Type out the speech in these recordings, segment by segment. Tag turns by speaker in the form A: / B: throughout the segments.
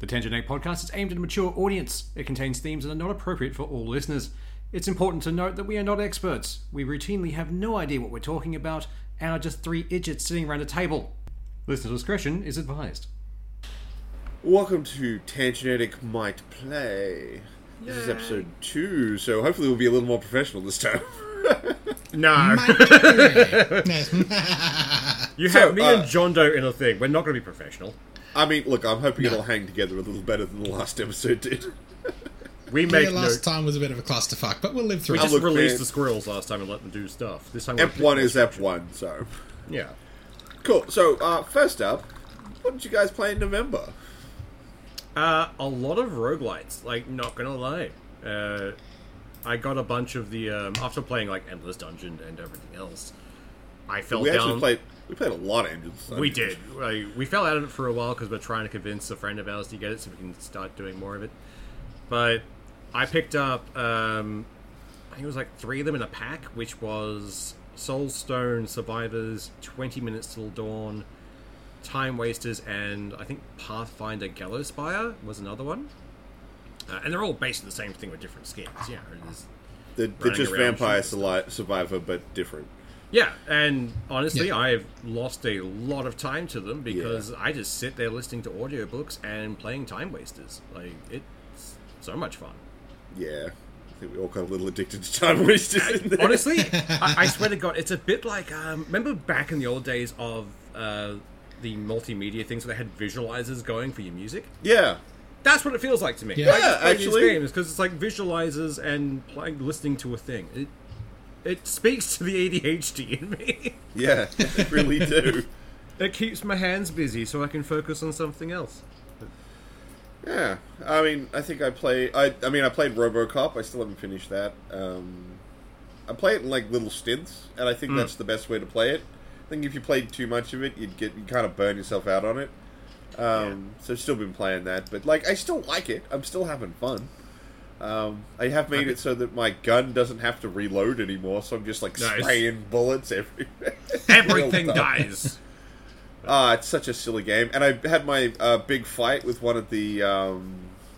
A: The Tangent Egg podcast is aimed at a mature audience. It contains themes that are not appropriate for all listeners. It's important to note that we are not experts. We routinely have no idea what we're talking about and are just three idiots sitting around a table. Listener discretion is advised.
B: Welcome to Tangenetic Might Play. This is episode two, so hopefully we'll be a little more professional this time.
C: No, you
B: So,
C: have me
B: uh,
C: and John Doe in a thing. We're not going to be professional.
B: I mean, look, I'm hoping it'll hang together a little better than the last episode did.
C: We
D: Yeah,
C: make no.
D: last time was a bit of a clusterfuck, but we'll live through
C: We
D: it.
C: just
B: look,
C: released
B: man.
C: the squirrels last time and let them do stuff. This time, we're
B: Ep one is Ep one, so
C: yeah.
B: cool. So uh, first up, what did you guys play in November?
C: Uh, a lot of roguelites. Like, not gonna lie. Uh, I got a bunch of the um, after playing like Endless Dungeon and everything else. I fell
B: We
C: down.
B: actually played. We played a lot of engines.
C: we did. Like, we fell out of it for a while because we're trying to convince a friend of ours to get it so we can start doing more of it. But I picked up, um, I think it was like three of them in a pack, which was Soulstone, Survivors, 20 Minutes Till Dawn, Time Wasters, and I think Pathfinder Gallowspire was another one. Uh, and they're all based on the same thing with different skins. Yeah, it is-
B: They're, they're
C: Running
B: just
C: around
B: Vampire
C: shooting
B: Surli- Survivor, but different.
C: Yeah, and honestly,
D: Yeah.
C: I've lost a lot of time to them because I just sit there listening to audiobooks and playing time wasters. Like it's so much fun.
B: Yeah, I think we all got a little addicted to time wasters. in there.
C: Honestly, I, I swear to God, it's a bit like um, remember back in the old days of uh, the multimedia things where they had visualizers going for your music.
B: yeah,
C: That's what it feels like to me.
D: Yeah.
C: I just
B: Yeah,
C: play
B: actually.
C: these games because it's like visualizers and playing, listening to a thing. It it speaks to the ADHD in me.
B: yeah, they really do.
C: It keeps my hands busy so I can focus on something else.
B: Yeah, I mean, I think I play. I, I mean, I played RoboCop. I still haven't finished that. Um, I play it in like little stints, and I think that's the best way to play it. I think if you played too much of it, you'd get you kind of burn yourself out on it. Um, So I've still been playing that, but like I still like it. I'm still having fun. Um, I have made it so that my gun doesn't have to reload anymore, so I'm just like
C: Nice.
B: spraying bullets everywhere.
C: Everything
B: Well done.
C: dies.
B: Ah, it's such a silly game. And I had my uh, big fight with one of the um,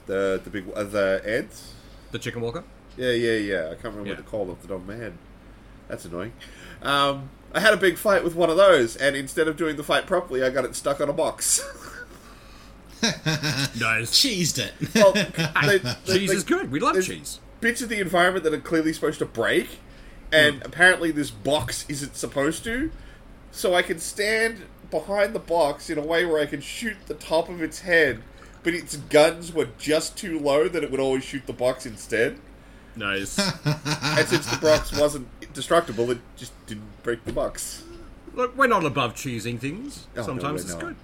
B: the the big uh, the ants.
C: The chicken walker?
B: Yeah, yeah, yeah. I can't remember
C: Yeah.
B: what to call them. The dumb man. That's annoying. Um, I had a big fight with one of those, and instead of doing the fight properly, I got it stuck on a box.
C: Nice.
D: Cheesed it.
B: well, Oh, they, they-
C: cheese
B: they-
C: is good. We love
B: there's
C: cheese.
B: Bits of the environment that are clearly supposed to break,
C: Hmm.
B: and apparently this box isn't supposed to. So I can stand behind the box in a way where I can shoot the top of its head, but its guns were just too low that it would always shoot the box instead.
C: Nice.
B: And since the box wasn't destructible, it just didn't break the box.
C: Look, we're not above cheesing things.
B: Oh, no,
C: Sometimes
B: we're
C: it's
B: not.
C: good.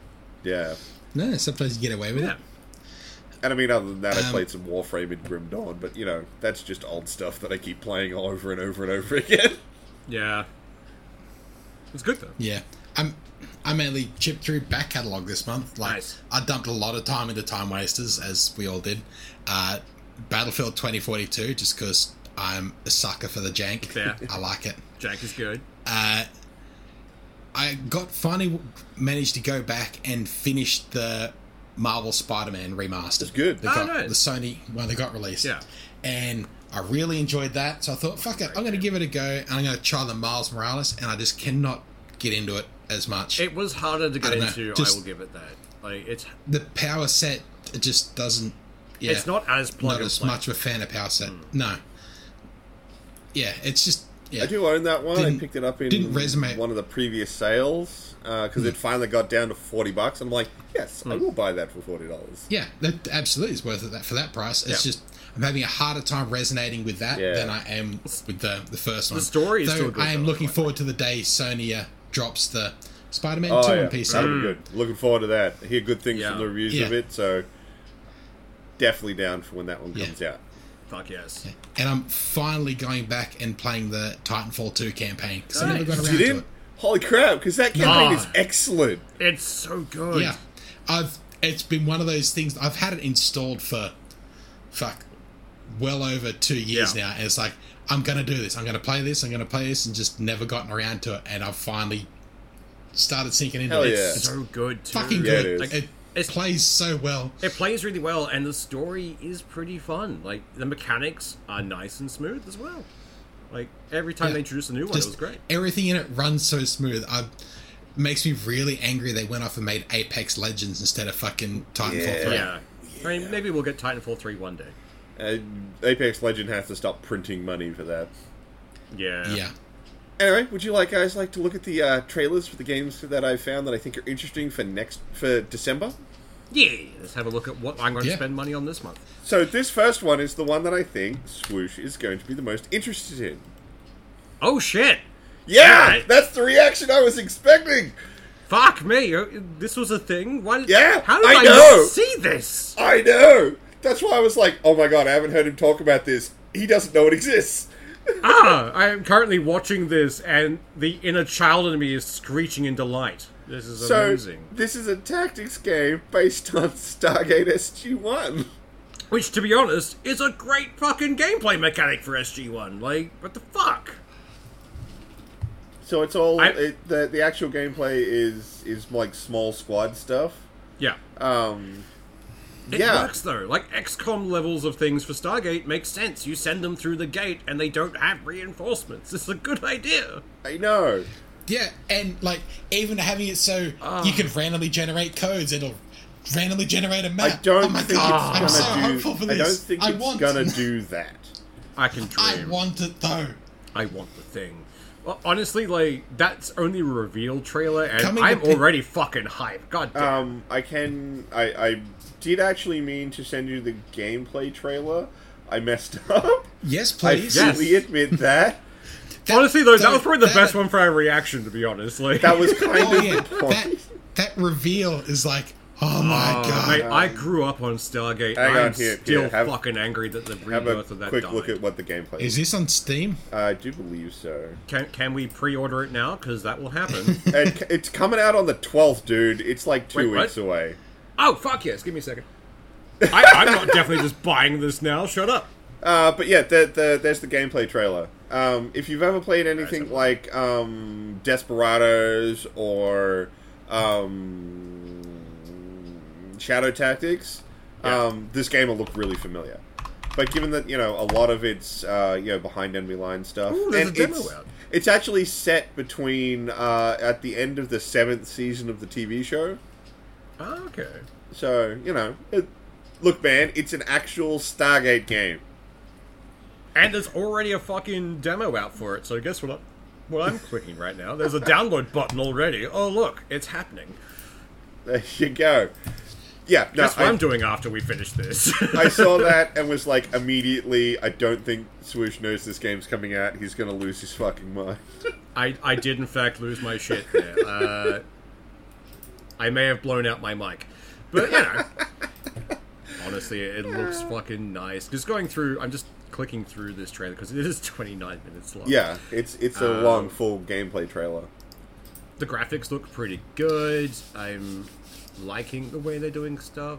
B: Yeah.
D: No, sometimes you get away with
C: Yeah.
D: it.
B: And I mean, other than that, I
D: Um,
B: played some Warframe in Grim Dawn, but you know, that's just old stuff that I keep playing all over and over and over again.
C: Yeah. It's good though.
D: Yeah, I'm. I mainly chipped through back catalogue this month. Like
C: Nice.
D: I dumped a lot of time into Time Wasters, as we all did. Uh, Battlefield 2042, just because I'm a sucker for the jank.
C: Fair.
D: I like it.
C: Jack is good.
D: I got finally managed to go back and finish the Marvel Spider-Man remastered. It's
B: good.
D: They
C: Oh,
D: got,
C: nice.
D: The Sony one that got released.
C: Yeah.
D: And I really enjoyed that, so I thought, fuck it, I'm going to give it a go, and I'm going to try the Miles Morales, and I just cannot get into it as much.
C: It was harder to get
D: don't know,
C: into,
D: just-
C: I will give it that. Like it's
D: the power set it just doesn't. Yeah,
C: it's not as plug
D: not
C: and
D: as
C: play. Hmm.
D: much of a fan of power set. No. Yeah, it's just. Yeah.
B: I do own that one. I
D: Didn't-
B: picked it up in
D: didn't Hmm. resonate.
B: one of the previous sales because it finally got down to forty bucks. I'm like, yes,
D: Hmm.
B: I will buy that for forty dollars.
D: Yeah, that absolutely is worth it that for that price. It's
C: Yeah.
D: just I'm having a harder time resonating with that
B: Yeah.
D: than I am with the the first one.
C: story is
D: Though
C: still good,
D: I am
C: though,
D: looking
C: like-
D: forward to the day Sony uh, drops the Spider-Man
B: Oh,
D: 2
B: yeah,
D: on PC.
C: Mm.
B: that'll be good. Looking forward to that. I hear good things
C: Yeah.
B: from the reviews
D: Yeah.
B: of it, so definitely down for when that one
D: Yeah.
B: comes out.
C: Fuck yes.
D: And I'm finally going back and playing the Titanfall 2 campaign because I never
C: Nice.
D: got around
B: You
D: to
B: didn't?
D: it.
B: Holy crap! Because that campaign
C: Ah.
B: is excellent.
C: It's so good.
D: Yeah, I've it's been one of those things. I've had it installed for fuck well over two years
C: Yeah.
D: now, and it's like I'm gonna do this. I'm gonna play this. I'm gonna play this, and just never gotten around to it. And I've finally started sinking into
B: Hell
D: it.
B: yeah.
D: It's
C: So good too.
D: fucking
B: Yeah, it
D: good.
B: is.
D: Like, it
C: It's-
D: plays so well.
C: It plays really well, and the story is pretty fun. Like the mechanics are nice and smooth as well. Like every time
D: Yeah.
C: they introduced a new one, it
D: Just
C: was great.
D: Everything in it runs so smooth. I makes me really angry they went off and made Apex Legends instead of fucking Titanfall
B: Yeah.
D: 3.
C: Yeah. I mean, maybe we'll get Titanfall three one day.
B: Uh, Apex Legend has to stop printing money for that.
C: Yeah.
D: yeah.
B: Anyway, would you like guys like to look at the uh, trailers for the games that I found that I think are interesting for next for December?
C: Yeah. Let's have a look at what I'm going
D: Yeah.
C: to spend money on this month.
B: So this first one is the one that I think Swoosh is going to be the most interested in.
C: Oh shit!
B: Yeah,
C: Alright.
B: that's the reaction I was expecting.
C: Fuck me! uh, This was a thing. Why? Did,
B: Yeah,
C: How did
B: I
C: I,
B: know.
C: not see this?
B: I know. That's why I was like, oh my god, I haven't heard him talk about this. He doesn't know it exists.
C: ah! I am currently watching this, and the inner child in me is screeching in delight. This is
B: So
C: amazing.
B: this is a tactics game based on Stargate SG One.
C: Which, to be honest, is a great fucking gameplay mechanic for SG1. Like, what the fuck?
B: So it's all
C: I-
B: it, the the actual gameplay is is like small squad stuff.
C: Yeah.
B: Um,
C: It
B: yeah,
C: works, though. Like, XCOM levels of things for Stargate makes sense. You send them through the gate and they don't have reinforcements. It's a good idea.
B: I know.
D: Yeah, and like even having it so you can randomly generate codes, it'll randomly generate a map.
B: I don't
D: oh my
B: think
D: God,
B: it's
D: I'm so
B: gonna
D: hopeful for
B: do.
D: this.
B: I don't think it's
D: want,
B: gonna do that.
C: I can
D: I
C: dream.
D: want it though.
C: I want the thing. Well, honestly, like, that's only a reveal trailer, and
D: Coming to
C: I'm
D: pick-
C: already fucking hyped. God damn.
B: Um, I can. I, I did actually mean to send you the gameplay trailer. I messed up.
D: Yes,
B: I
D: please.
C: Yes.
B: fully admit that.
D: That-
C: honestly, though, that, was probably the
D: that-
C: best one for our reaction, to be honest. Like,
B: That was kind
D: Oh
B: of
D: yeah,
B: the
D: that
B: point.
D: that reveal is like, oh my
B: Ah,
D: god.
C: Mate, I grew up on Stargate.
B: uh, hang
C: I'm
B: on, here,
C: still
B: here, have-
C: fucking angry that the
B: Have a
C: rebirth of that
B: quick
C: died.
B: look at what the gameplay is.
D: Is this on Steam?
B: I do believe so.
C: Can, can we pre-order it now? Because that will happen.
B: it, it's coming out on the twelfth, dude. It's like two
C: Wait, what?
B: weeks away.
C: oh fuck yes! Give me a second. I, I'm not definitely just buying this now. Shut up.
B: Uh, but yeah, the, the, there's the gameplay trailer. Um, if you've ever played anything like um, Desperados or um, Shadow Tactics, um, this game will look really familiar. But given that you know a lot of it's uh, you know behind enemy line stuff,
C: Ooh, there's a demo
B: it's,
C: out.
B: it's actually set between uh, at the end of the seventh season of the TV show.
C: Oh, okay.
B: So you know, it, look, man, it's an actual Stargate game.
C: And there's already a fucking demo out for it. So guess what? I, what I'm clicking right now? There's a download button already. Oh look, it's happening.
B: There you go. Yeah, no,
C: That's what I,
B: I,
C: am doing after we finish this.
B: I saw that and was like immediately. I don't think Swoosh knows this game's coming out. He's gonna lose his fucking mind.
C: I, I did in fact lose my shit there. Uh, I may have blown out my mic, but you know, honestly, it looks fucking nice. Just going through, I'm just clicking through this trailer because it is 29 minutes long.
B: yeah, it's it's a long full gameplay trailer.
C: the graphics look pretty good. I'm liking the way they're doing stuff.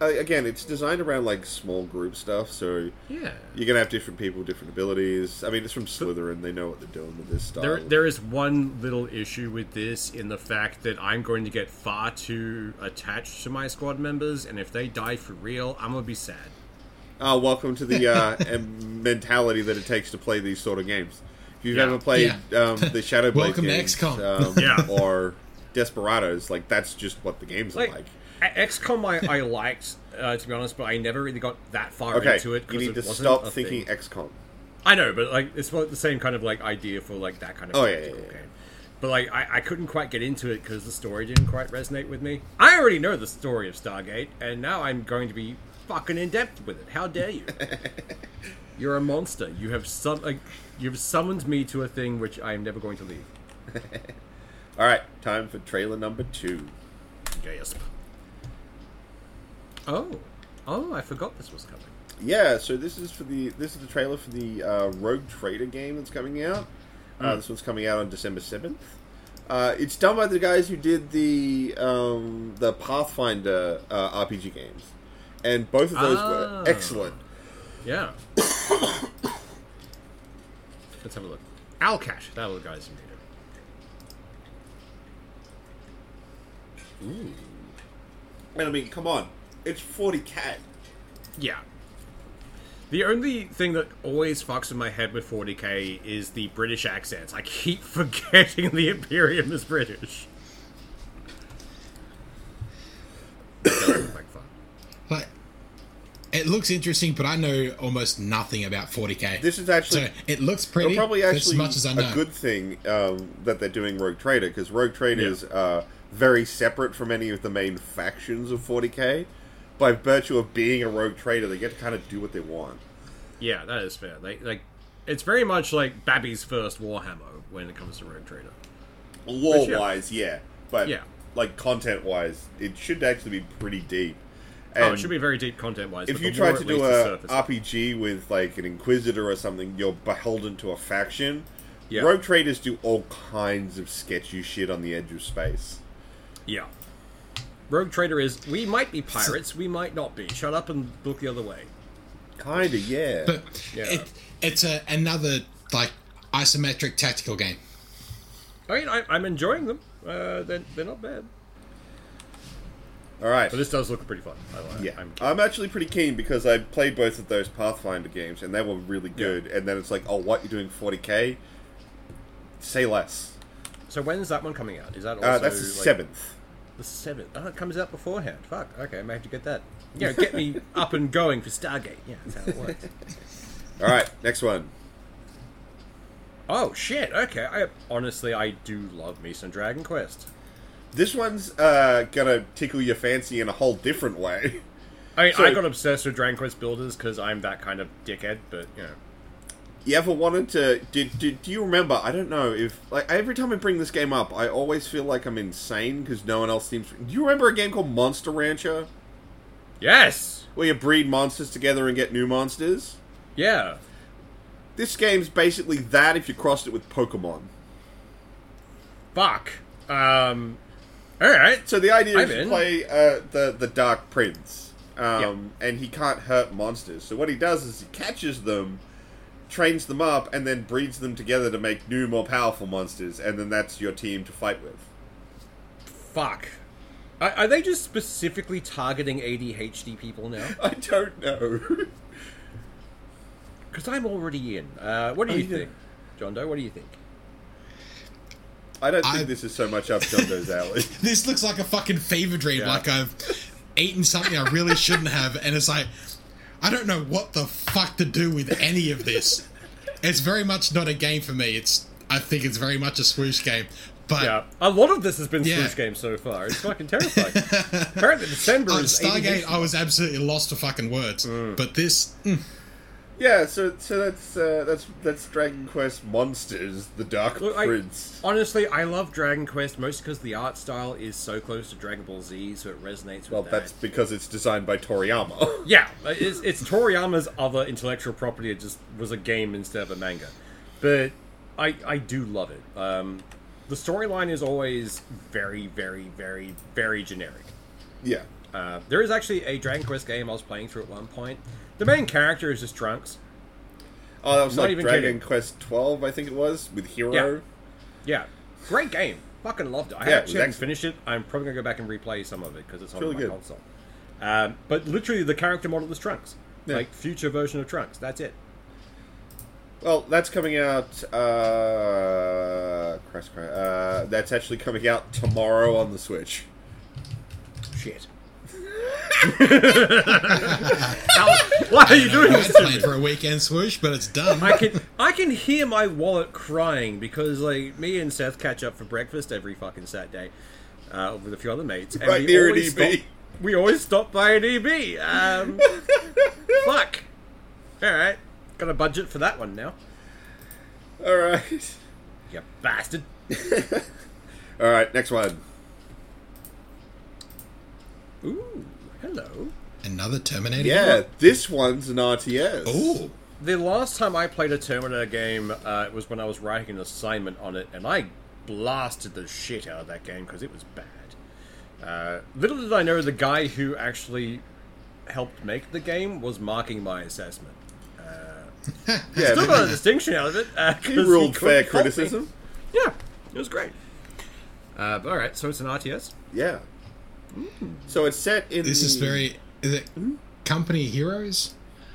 B: Uh, again, it's designed around like small group stuff, so
C: Yeah,
B: you're gonna have different people, different abilities. I mean, it's from Slytherin. They know what they're doing with this style.
C: there there is one little issue with this in the fact that I'm going to get far too attached to my squad members, and if they die for real, I'm gonna be sad.
B: Oh, welcome to the uh, em- mentality that it takes to play these sort of games. If you've
C: Yeah.
B: ever played
D: Yeah.
B: um, the Shadow Blade
D: Welcome to
B: games,
D: XCOM.
B: um,
C: Yeah.
B: or Desperados, like that's just what the games are
C: like,
B: like.
C: a- XCOM I, I liked uh, to be honest, but I never really got that far
B: Okay,
C: into it.
B: you
C: 'cause
B: need
C: it
B: to
C: wasn't
B: stop
C: a
B: thinking
C: Thing.
B: XCOM.
C: I know, but like it's what- the same kind of like idea for like that kind of
B: Oh, yeah,
C: tactical
B: yeah, yeah.
C: game. But like I, I couldn't quite get into it because the story didn't quite resonate with me. I already know the story of Stargate, and now I'm going to be fucking in depth with it. How dare you? You're a monster. You have some. Like, you've summoned me to a thing which I am never going to leave.
B: All right, time for trailer number two.
C: Gasp. Oh, oh! I forgot this was coming.
B: Yeah, so this is for the this is the trailer for the uh, Rogue Trader game that's coming out. Uh, this one's coming out on December seventh. Uh, it's done by the guys who did the um, the Pathfinder uh, RPG games, and both of those
C: Ah.
B: were excellent.
C: Yeah. Let's have a look. Alcash. That was the guy's name. Ooh.
B: And I mean, come on, it's 40k.
C: Yeah. The only thing that always fucks in my head with 40k is the British accents. I keep forgetting the Imperium is British. like, fuck.
D: Like, it looks interesting, but I know almost nothing about 40k.
B: This is actually
D: so it looks
B: Well,
D: pretty.
B: probably
D: but
B: actually
D: as much as I know.
B: a good thing um, that they're doing Rogue Trader because Rogue Trader is uh, very separate from any of the main factions of 40k. By virtue of being a Rogue Trader, they get to kind of do what they want.
C: Yeah, that is fair. Like, like, it's very much like Babby's first Warhammer when it comes to Rogue Trader.
B: Lore
C: Which, yeah.
B: wise, yeah, but
C: Yeah.
B: like content wise, it should actually be pretty deep. And
C: oh, it should be very deep content wise.
B: if
C: but
B: you
C: the war
B: try to
C: at
B: do
C: least is
B: a
C: surface.
B: RPG with like an Inquisitor or something, you're beholden to a faction.
C: Yeah.
B: Rogue Traders do all kinds of sketchy shit on the edge of space.
C: yeah. Rogue Trader is we might be pirates, we might not be. Shut up and look the other way.
B: Kinda, yeah.
D: but
C: Yeah.
D: it, it's a, another like isometric tactical game.
C: I mean, I, I'm enjoying them. Uh, they're, they're not bad.
B: all right.
C: But this does look pretty fun. I like
B: Yeah,
C: I'm
B: I'm, actually pretty keen because I played both of those Pathfinder games and they were really good. And then it's like, oh, what you're doing 40k? Say less.
C: So when is that one coming out? Is that also
B: Uh, that's the
C: like,
B: seventh.
C: The seventh. Oh, it comes out beforehand. Fuck. Okay, I may have to get that. Yeah, get me up and going for Stargate. Yeah, that's how it works.
B: All right, next one.
C: oh shit. Okay. I honestly I do love me some Dragon Quest.
B: This one's uh, gonna tickle your fancy in a whole different way.
C: I mean,
B: So-
C: I got obsessed with Dragon Quest builders because I'm that kind of dickhead. But you know,
B: You ever wanted to? Did, did do you remember? I don't know if like every time I bring this game up, I always feel like I'm insane because no one else seems. Do you remember a game called Monster Rancher
C: yes,
B: where you breed monsters together and get new monsters?
C: yeah.
B: This game's basically that if you crossed it with Pokemon.
C: Fuck. Um. All right.
B: So the idea
C: I'm
B: is to
C: in.
B: play uh, the the Dark Prince, um, and he can't hurt monsters. So what he does is he catches them, trains them up, and then breeds them together to make new, more powerful monsters, and then that's your team to fight with.
C: Fuck. Are, are they just specifically targeting ADHD people now?
B: I don't know.
C: Because I'm already in. Uh, what do
B: Oh,
C: you
B: yeah.
C: think, John Doe? What do you think?
B: I don't think
D: I-
B: this is so much up Jondo's alley.
D: This looks like a fucking fever dream.
C: Yeah.
D: Like I've eaten something I really shouldn't have, and it's like I don't know what the fuck to do with any of this. It's very much not a game for me. It's I think it's very much a swoosh game, but.
C: Yeah, a lot of this has been
D: Yeah.
C: Switch games so far. It's fucking terrifying. Apparently, December
D: On
C: is
D: Oh, Stargate,
C: ADHD.
D: I was absolutely lost for fucking words. But this, mm,
B: yeah, so so that's uh, that's that's Dragon Quest Monsters, the Dark
C: Look, I-
B: Prince.
C: honestly, I love Dragon Quest most because the art style is so close to Dragon Ball Z, so it resonates with
B: well,
C: that.
B: that's because it's designed by Toriyama.
C: Yeah, it's, it's Toriyama's other intellectual property. It just was a game instead of a manga, but I I do love it. Um, the storyline is always very, very, very, very generic.
B: yeah.
C: Uh, there is actually a Dragon Quest game I was playing through at one point. The main character is just Trunks.
B: Oh, that was
C: Not
B: like
C: even
B: Dragon
C: kidding.
B: Quest Twelve, I think it was, with Hero.
C: Yeah. Yeah, great game. Fucking loved it. I
B: Yeah, it was
C: actually haven't
B: excellent.
C: finished it. I'm probably gonna go back and replay some of it because it's on
B: really
C: my
B: good.
C: console. Um, but literally, the character model is Trunks,
B: Yeah.
C: like future version of Trunks. That's it.
B: Well, that's coming out. Uh, Christ, Christ, uh, that's actually coming out tomorrow on the Switch.
C: Shit. why are you doing
D: I
C: this
D: had
C: to
D: played
C: me?
D: for a weekend swoosh, but it's done.
C: I can I can hear my wallet crying because like me and Seth catch up for breakfast every fucking Saturday uh, with a few other mates. And
B: Right E
C: we
B: near an
C: always
B: EB.
C: Stop, we always stop by an EB. Um, fuck. All right, got a budget for that one now.
B: All right,
C: You bastard.
B: all right. Next one.
C: Ooh, hello.
D: Another Terminator.
B: Yeah, this one's an RTS.
D: Ooh.
C: The last time I played a Terminator game uh, was when I was writing an assignment on it, and I blasted the shit out of that game because it was bad. Uh, little did I know the guy who actually helped make the game was marking my assessment.
B: yeah,
C: Still got a distinction out of it. Uh, 'cause
B: he ruled
C: couldn't
B: fair
C: help me.
B: criticism.
C: Yeah, it was great. Uh, but all right, so it's an RTS.
B: Yeah, So it's set in
D: This
B: the,
D: is very. Is it
C: Hmm?
D: Company Heroes?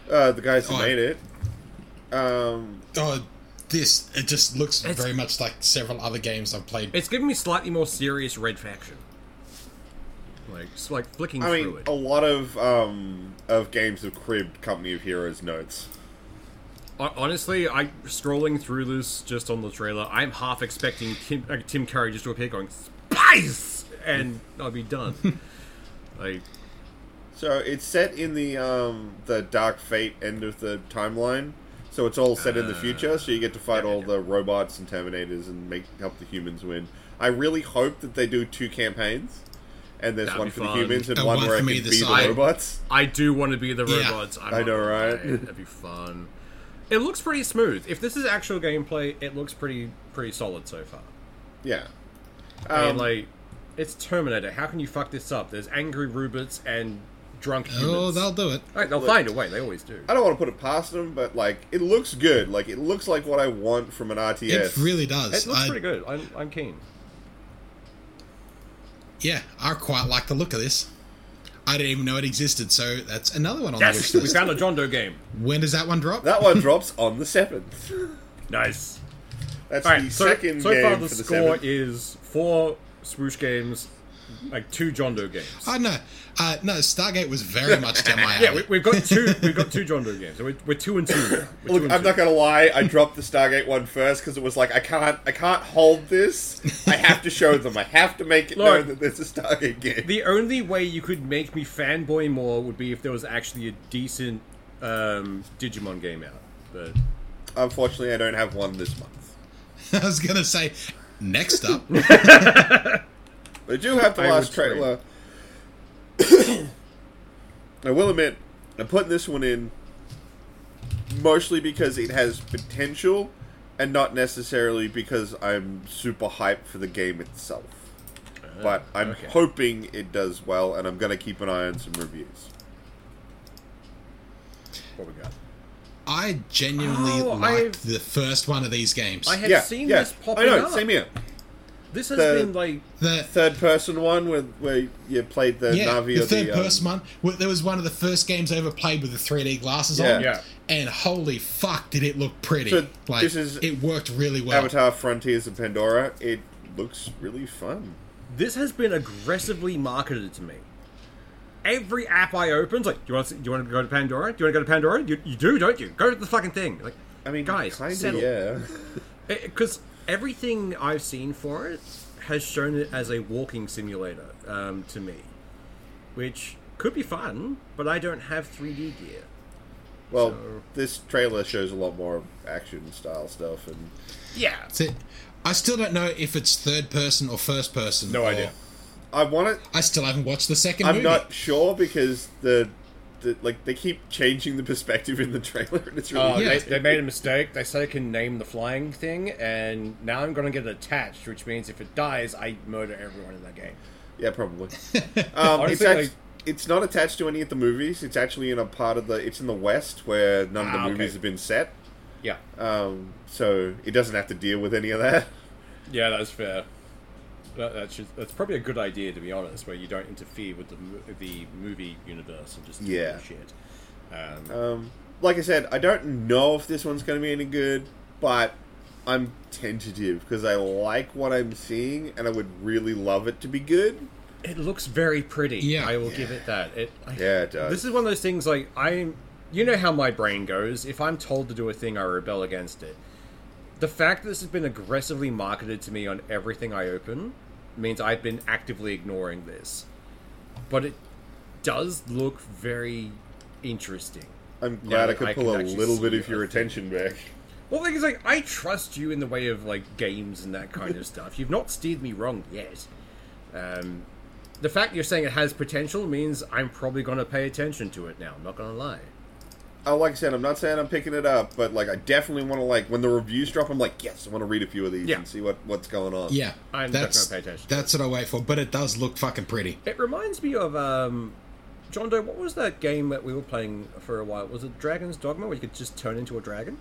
B: uh, the guys who
D: Oh.
B: made it. Um,
D: Oh, this it just looks
C: It's-
D: very much like several other games I've played.
C: It's giving me slightly more serious Red Faction. Like, it's like flicking
B: I
C: through
B: mean, oh.
C: it.
B: a lot of um, of games have cribbed Company of Heroes notes.
C: Hon- Honestly, I scrolling through this just on the trailer. I'm half expecting Kim, uh, Tim Curry just to appear going spice, and I'll be done. like,
B: So it's set in the um, the Dark Fate end of the timeline. So it's all set in
C: Ah.
B: the future. So you get to fight all the robots and Terminators and make help the humans win. I really hope that they do two campaigns, and there's
C: That'd
B: one
C: be
B: for
C: fun.
B: the humans and
D: And
B: one
D: one
B: where I can
D: for me
B: be
D: to
B: the
D: decide.
B: robots.
C: I do want to be the
D: Yeah.
C: robots. I'm
B: I
C: not
B: know,
C: gonna
B: right?
C: lie. That'd be fun. It looks pretty smooth. If this is actual gameplay, it looks pretty pretty solid so far.
B: Yeah.
C: I mean,
B: Um,
C: like, it's Terminator. How can you fuck this up? There's angry robots and drunk humans.
D: oh, they'll do it.
C: Alright, they'll find a way. They always do.
B: I don't want to put it past them, but like it looks good. Like it looks like what I want from an RTS.
D: It really does.
C: It looks
D: I-
C: pretty good. I'm, I'm keen.
D: Yeah, I quite like the look of this. I didn't even know it existed, so that's another one on
C: Yes,
D: the
C: we
D: wish list.
C: found a John Doe game.
D: when does that one drop?
B: That one drops on the seventh.
C: Nice.
B: That's
C: All right,
B: the
C: so,
B: second
C: so
B: game
C: far the
B: for the
C: score
B: seventh.
C: is four swoosh games, like two John Doe games.
D: Oh no, uh, no. Stargate was very much down my alley.
C: yeah, we, we've got two. We've got two John Doe games. So we're, we're two and two. now. We're two
B: Look,
C: and
B: I'm
C: two.
B: not gonna lie. I dropped the Stargate one first because it was like I can't, I can't hold this. I have to show them. I have to make it
C: Look.
B: known that there's a Stargate game.
C: The only way you could make me fanboy more would be if there was actually a decent um, Digimon game out. But
B: Unfortunately, I don't have one this month.
D: I was gonna say, next up,
B: But I do have the
C: I
B: last
C: would scream.
B: trailer. I will admit, I'm putting this one in mostly because it has potential, and not necessarily because I'm super hyped for the game itself. But I'm
C: Uh, okay.
B: hoping it does well, and I'm gonna keep an eye on some reviews.
C: what we got?
D: I genuinely
C: Oh,
D: liked
C: I've-
D: the first one of these games.
C: I had
B: yeah,
C: seen
B: yeah.
C: this popping
B: I know,
C: up.
B: same here.
C: This has
B: The-
C: been like
D: the
B: Third person one where where you played the
D: yeah,
B: Navi
D: the
B: or
D: third
B: the um,
D: person one. Well, There was one of the first games I ever played with the 3D glasses
B: Yeah.
D: on.
C: Yeah.
D: And holy fuck, did it look pretty!
B: So
D: like
B: this is
D: it worked really well.
B: Avatar Frontiers of Pandora. It looks really fun.
C: this has been aggressively marketed to me. Every app I open's like, do you want to, do you want to go to Pandora? Do you want to go to Pandora? You, you do, don't you? Go to the fucking thing. Like,
B: I mean,
C: guys,
B: kinda,
C: settle.
B: yeah.
C: Because everything I've seen for it has shown it as a walking simulator um, to me, which could be fun, but I don't have 3D gear.
B: Well,
C: So-
B: this trailer shows a lot more action style stuff, and
C: Yeah.
D: That's it. I still don't know if it's third person or first person.
C: No
D: or-
C: idea.
B: I want to.
D: I still haven't watched the 2nd
B: I'm
D: movie.
B: not sure because the, the like they keep changing the perspective in the trailer, and it's really
D: yeah.
C: Oh, they, they made a mistake. They said I can name the flying thing, and now I'm going to get attached, which means if it dies, I murder everyone in that game.
B: yeah, probably. Um, it's
C: Honestly,
B: act-
C: like-
B: it's not attached to any of the movies. It's actually in a part of the. It's in the West where none of the
C: Ah, okay.
B: movies have been set,
C: Yeah.
B: um, so it doesn't have to deal with any of that.
C: Yeah, that's fair. That, that's just, that's probably a good idea to be honest, where you don't interfere with the mo- the movie universe and just do
B: Yeah.
C: shit. Um,
B: Um, like I said, I don't know if this one's going to be any good, but I'm tentative because I like what I'm seeing, and I would really love it to be good.
C: it looks very pretty.
D: Yeah.
C: I will give it that. It I,
B: Yeah, it does.
C: This is one of those things like I'm. You know how my brain goes. If I'm told to do a thing, I rebel against it. The fact that this has been aggressively marketed to me on everything I open means I've been actively ignoring this. But it does look very interesting.
B: I'm glad I
C: that
B: could
C: I
B: pull
C: can
B: a
C: actually
B: little
C: see
B: bit
C: it,
B: of your
C: I think.
B: attention back.
C: Well, thing is, like, I trust you in the way of like games and that kind of stuff. You've not steered me wrong yet. Um, the fact you're saying it has potential means I'm probably going to pay attention to it now. I'm not going to lie.
B: Oh, like I said, I'm not saying I'm picking it up, but like I definitely want to like when the reviews drop, I'm like, yes, I want to read a few of these
C: Yeah.
B: and see what what's going on.
D: Yeah,
C: I'm
D: that's
C: not gonna pay attention.
D: that's what I wait for. But it does look fucking pretty.
C: It reminds me of um, John Doe. What was that game that we were playing for a while? Was it Dragon's Dogma, where you could just turn into a dragon?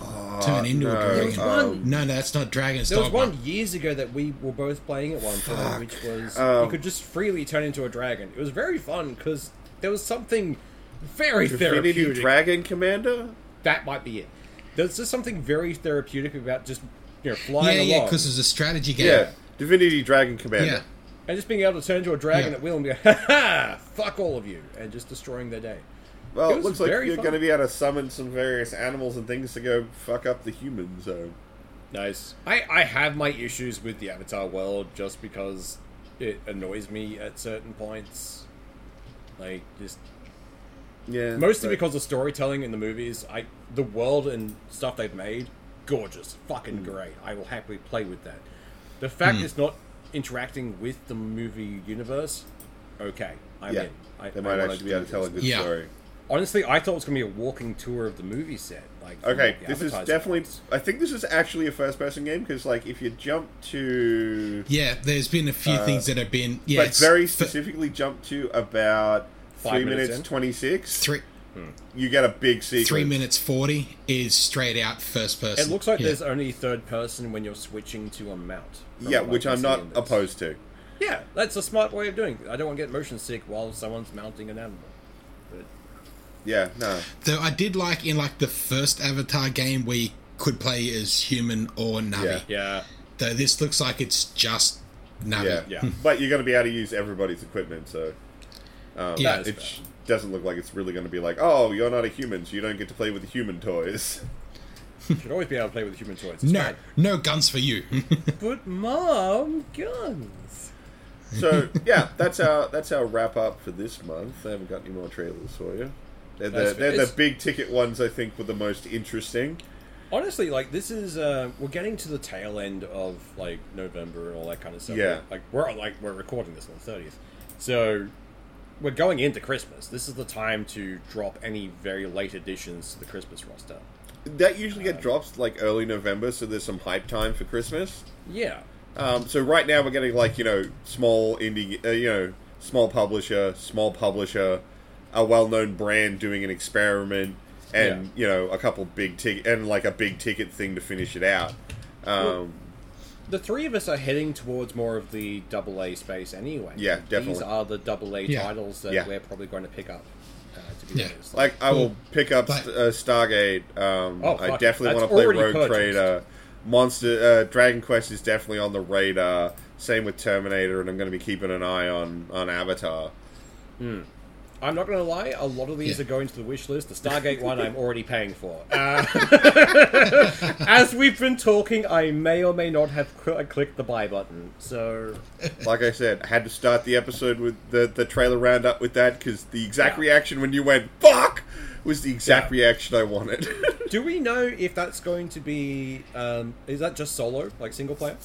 B: Oh,
D: Turn turn into
B: no,
D: a
C: There was
D: dragon.
B: um,
C: one.
D: no, no, that's not Dragon's
C: There was
D: Dogma.
C: one years ago that we were both playing at one time, which was
B: Um,
C: you could just freely turn into a dragon. It was very fun because there was something very
B: Infinity
C: therapeutic.
B: Dragon Commander?
C: that might be it. There's just something very therapeutic about just you know
D: Yeah,
C: flying
D: yeah,
C: along
D: because it's a strategy game.
B: Yeah. Divinity Dragon Commander.
D: Yeah.
C: and just being able to turn into a dragon
D: Yeah.
C: at will and go, ha ha, fuck all of you, and just destroying their day.
B: Well,
C: It
B: it,
C: was
B: looks like
C: very
B: you're
C: fun.
B: going to be able to summon some various animals and things to go fuck up the humans. So.
C: Nice. I, I have my issues with the Avatar world just because it annoys me at certain points. Like just
B: Yeah.
C: mostly
B: but-
C: because the storytelling in the movies, I the world and stuff they've made, gorgeous, fucking
B: Mm.
C: great. I will happily play with that. The fact it's not interacting with the movie universe, okay, I'm
B: Yeah.
C: in. I,
B: they
C: I
B: might
C: wanna
B: actually be able
C: do
B: to tell a
C: this.
B: good
D: Yeah.
B: story.
C: Honestly, I thought it was gonna be a walking tour of the movie set. Like from
B: Okay,
C: the
B: this is
C: advertising
B: definitely.
C: points.
B: I think this is actually a first-person game because, like, if you jump to,
D: Yeah, there's been a few things that have been yeah,
B: Uh, but
D: it's
B: very
D: f-
B: specifically jump to about
C: Five
B: three
C: minutes
B: minutes,
C: in?
B: twenty-six,
D: three
B: you get a big sequence.
D: three minutes forty is straight out first person.
C: It looks like
D: Yeah.
C: there's only third person when you're switching to a mount. from
B: Yeah,
C: what I
B: which
C: can
B: I'm
C: see
B: not
C: in this.
B: opposed to.
C: Yeah, that's a smart way of doing it. I don't want to get motion sick while someone's mounting an animal. But
B: Yeah, no.
D: Though I did like in like the first Avatar game where you could play as human or Navi.
B: Yeah.
C: yeah,
D: Though this looks like it's just Navi.
B: Yeah.
C: Yeah.
B: But you're going to be able to use everybody's equipment, so um,
D: Yeah.
C: That is
B: it sh- doesn't look like it's really going to be like, oh, you're not a human, so you don't get to play with the human toys.
C: you should always be able to play with human toys. It's
D: No,
C: fine.
D: no guns for you.
C: but mom, guns.
B: So yeah, that's our that's our wrap up for this month. I haven't got any more trailers for you. They're the,
C: That's-
B: they're the
C: it's-
B: big ticket ones I think were the most interesting.
C: Honestly, like this is uh, we're getting to the tail end of like November and all that kind of stuff.
B: Yeah.
C: like we're like we're recording this on the thirtieth, so we're going into Christmas. This is the time to drop any very late additions to the Christmas roster.
B: That usually get drops like early November, so there's some hype time for Christmas.
C: Yeah,
B: Um, so right now we're getting like you know small indie, uh, you know small publisher, small publisher, a well-known brand doing an experiment, and
C: Yeah.
B: you know a couple big ticket and like a big ticket thing to finish it out. Um,
C: the three of us are heading towards more of the double A space anyway.
B: Yeah,
C: These
B: definitely.
C: are the double A
D: Yeah.
C: titles that
B: Yeah.
C: we're probably going to pick up. Uh, to be
D: Yeah.
C: honest,
B: Like I will
D: Cool.
B: pick up
D: But-
B: St- uh, Stargate. Um,
C: Oh,
B: I
C: fuck.
B: definitely
C: That's
B: want to play
C: already
B: Rogue
C: purchased.
B: Trader. Monster uh, Dragon Quest is definitely on the radar. Same with Terminator, and I'm going to be keeping an eye on on Avatar.
C: I'm not going to lie, a lot of these
D: Yeah.
C: are going to the wish list. The Stargate one, I'm already paying for. Uh, as we've been talking, I may or may not have cl- clicked the buy button. So
B: Like I said, I had to start the episode with the the trailer roundup with that because the exact
C: Yeah.
B: reaction when you went "fuck" was the exact
C: Yeah.
B: reaction I wanted.
C: Do we know if that's going to be? Um, is that just solo, like single player?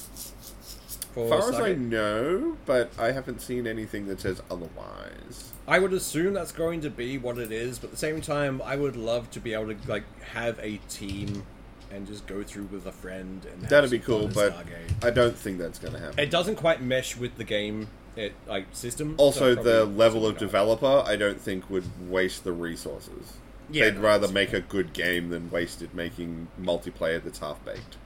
C: For
B: as far as I
C: Stargate?
B: know, but I haven't seen anything that says otherwise.
C: I would assume that's going to be what it is, but at the same time, I would love to be able to like have a team and just go through with a friend. And have
B: That'd be
C: some
B: cool,
C: fun in
B: but
C: Stargate.
B: I don't think that's going to happen.
C: it doesn't quite mesh with the game it, like system. so
B: Also, the
C: probably-
B: level of developer, I don't think would waste the resources.
C: Yeah,
B: They'd
C: no,
B: rather
C: that's
B: make a good game than waste it making multiplayer that's half baked.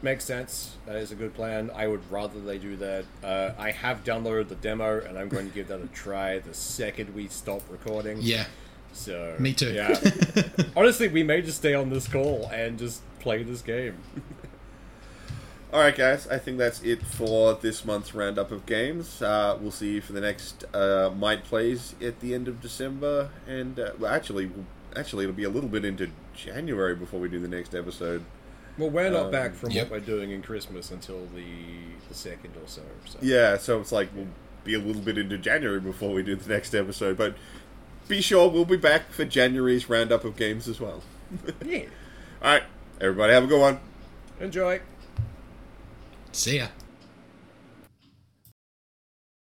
C: makes sense. That is a good plan. I would rather they do that. Uh, I have downloaded the demo, and I'm going to give that a try the second we stop recording.
D: yeah.
C: So
D: Me too.
C: Yeah. Honestly, we may just stay on this call and just play this game.
B: All right, guys, I think that's it for this month's roundup of games. Uh, we'll see you for the next uh, Might Plays at the end of December, and uh, well, actually, actually, it'll be a little bit into January before we do the next episode.
C: Well, we're not back
B: Um,
C: from
D: yep.
C: what we're doing in Christmas until the the second or so. so.
B: Yeah, so it's like we'll be a little bit into January before we do the next episode, but be sure we'll be back for January's roundup of games as well.
C: yeah.
B: All right, everybody, have a good one.
C: Enjoy.
D: See ya.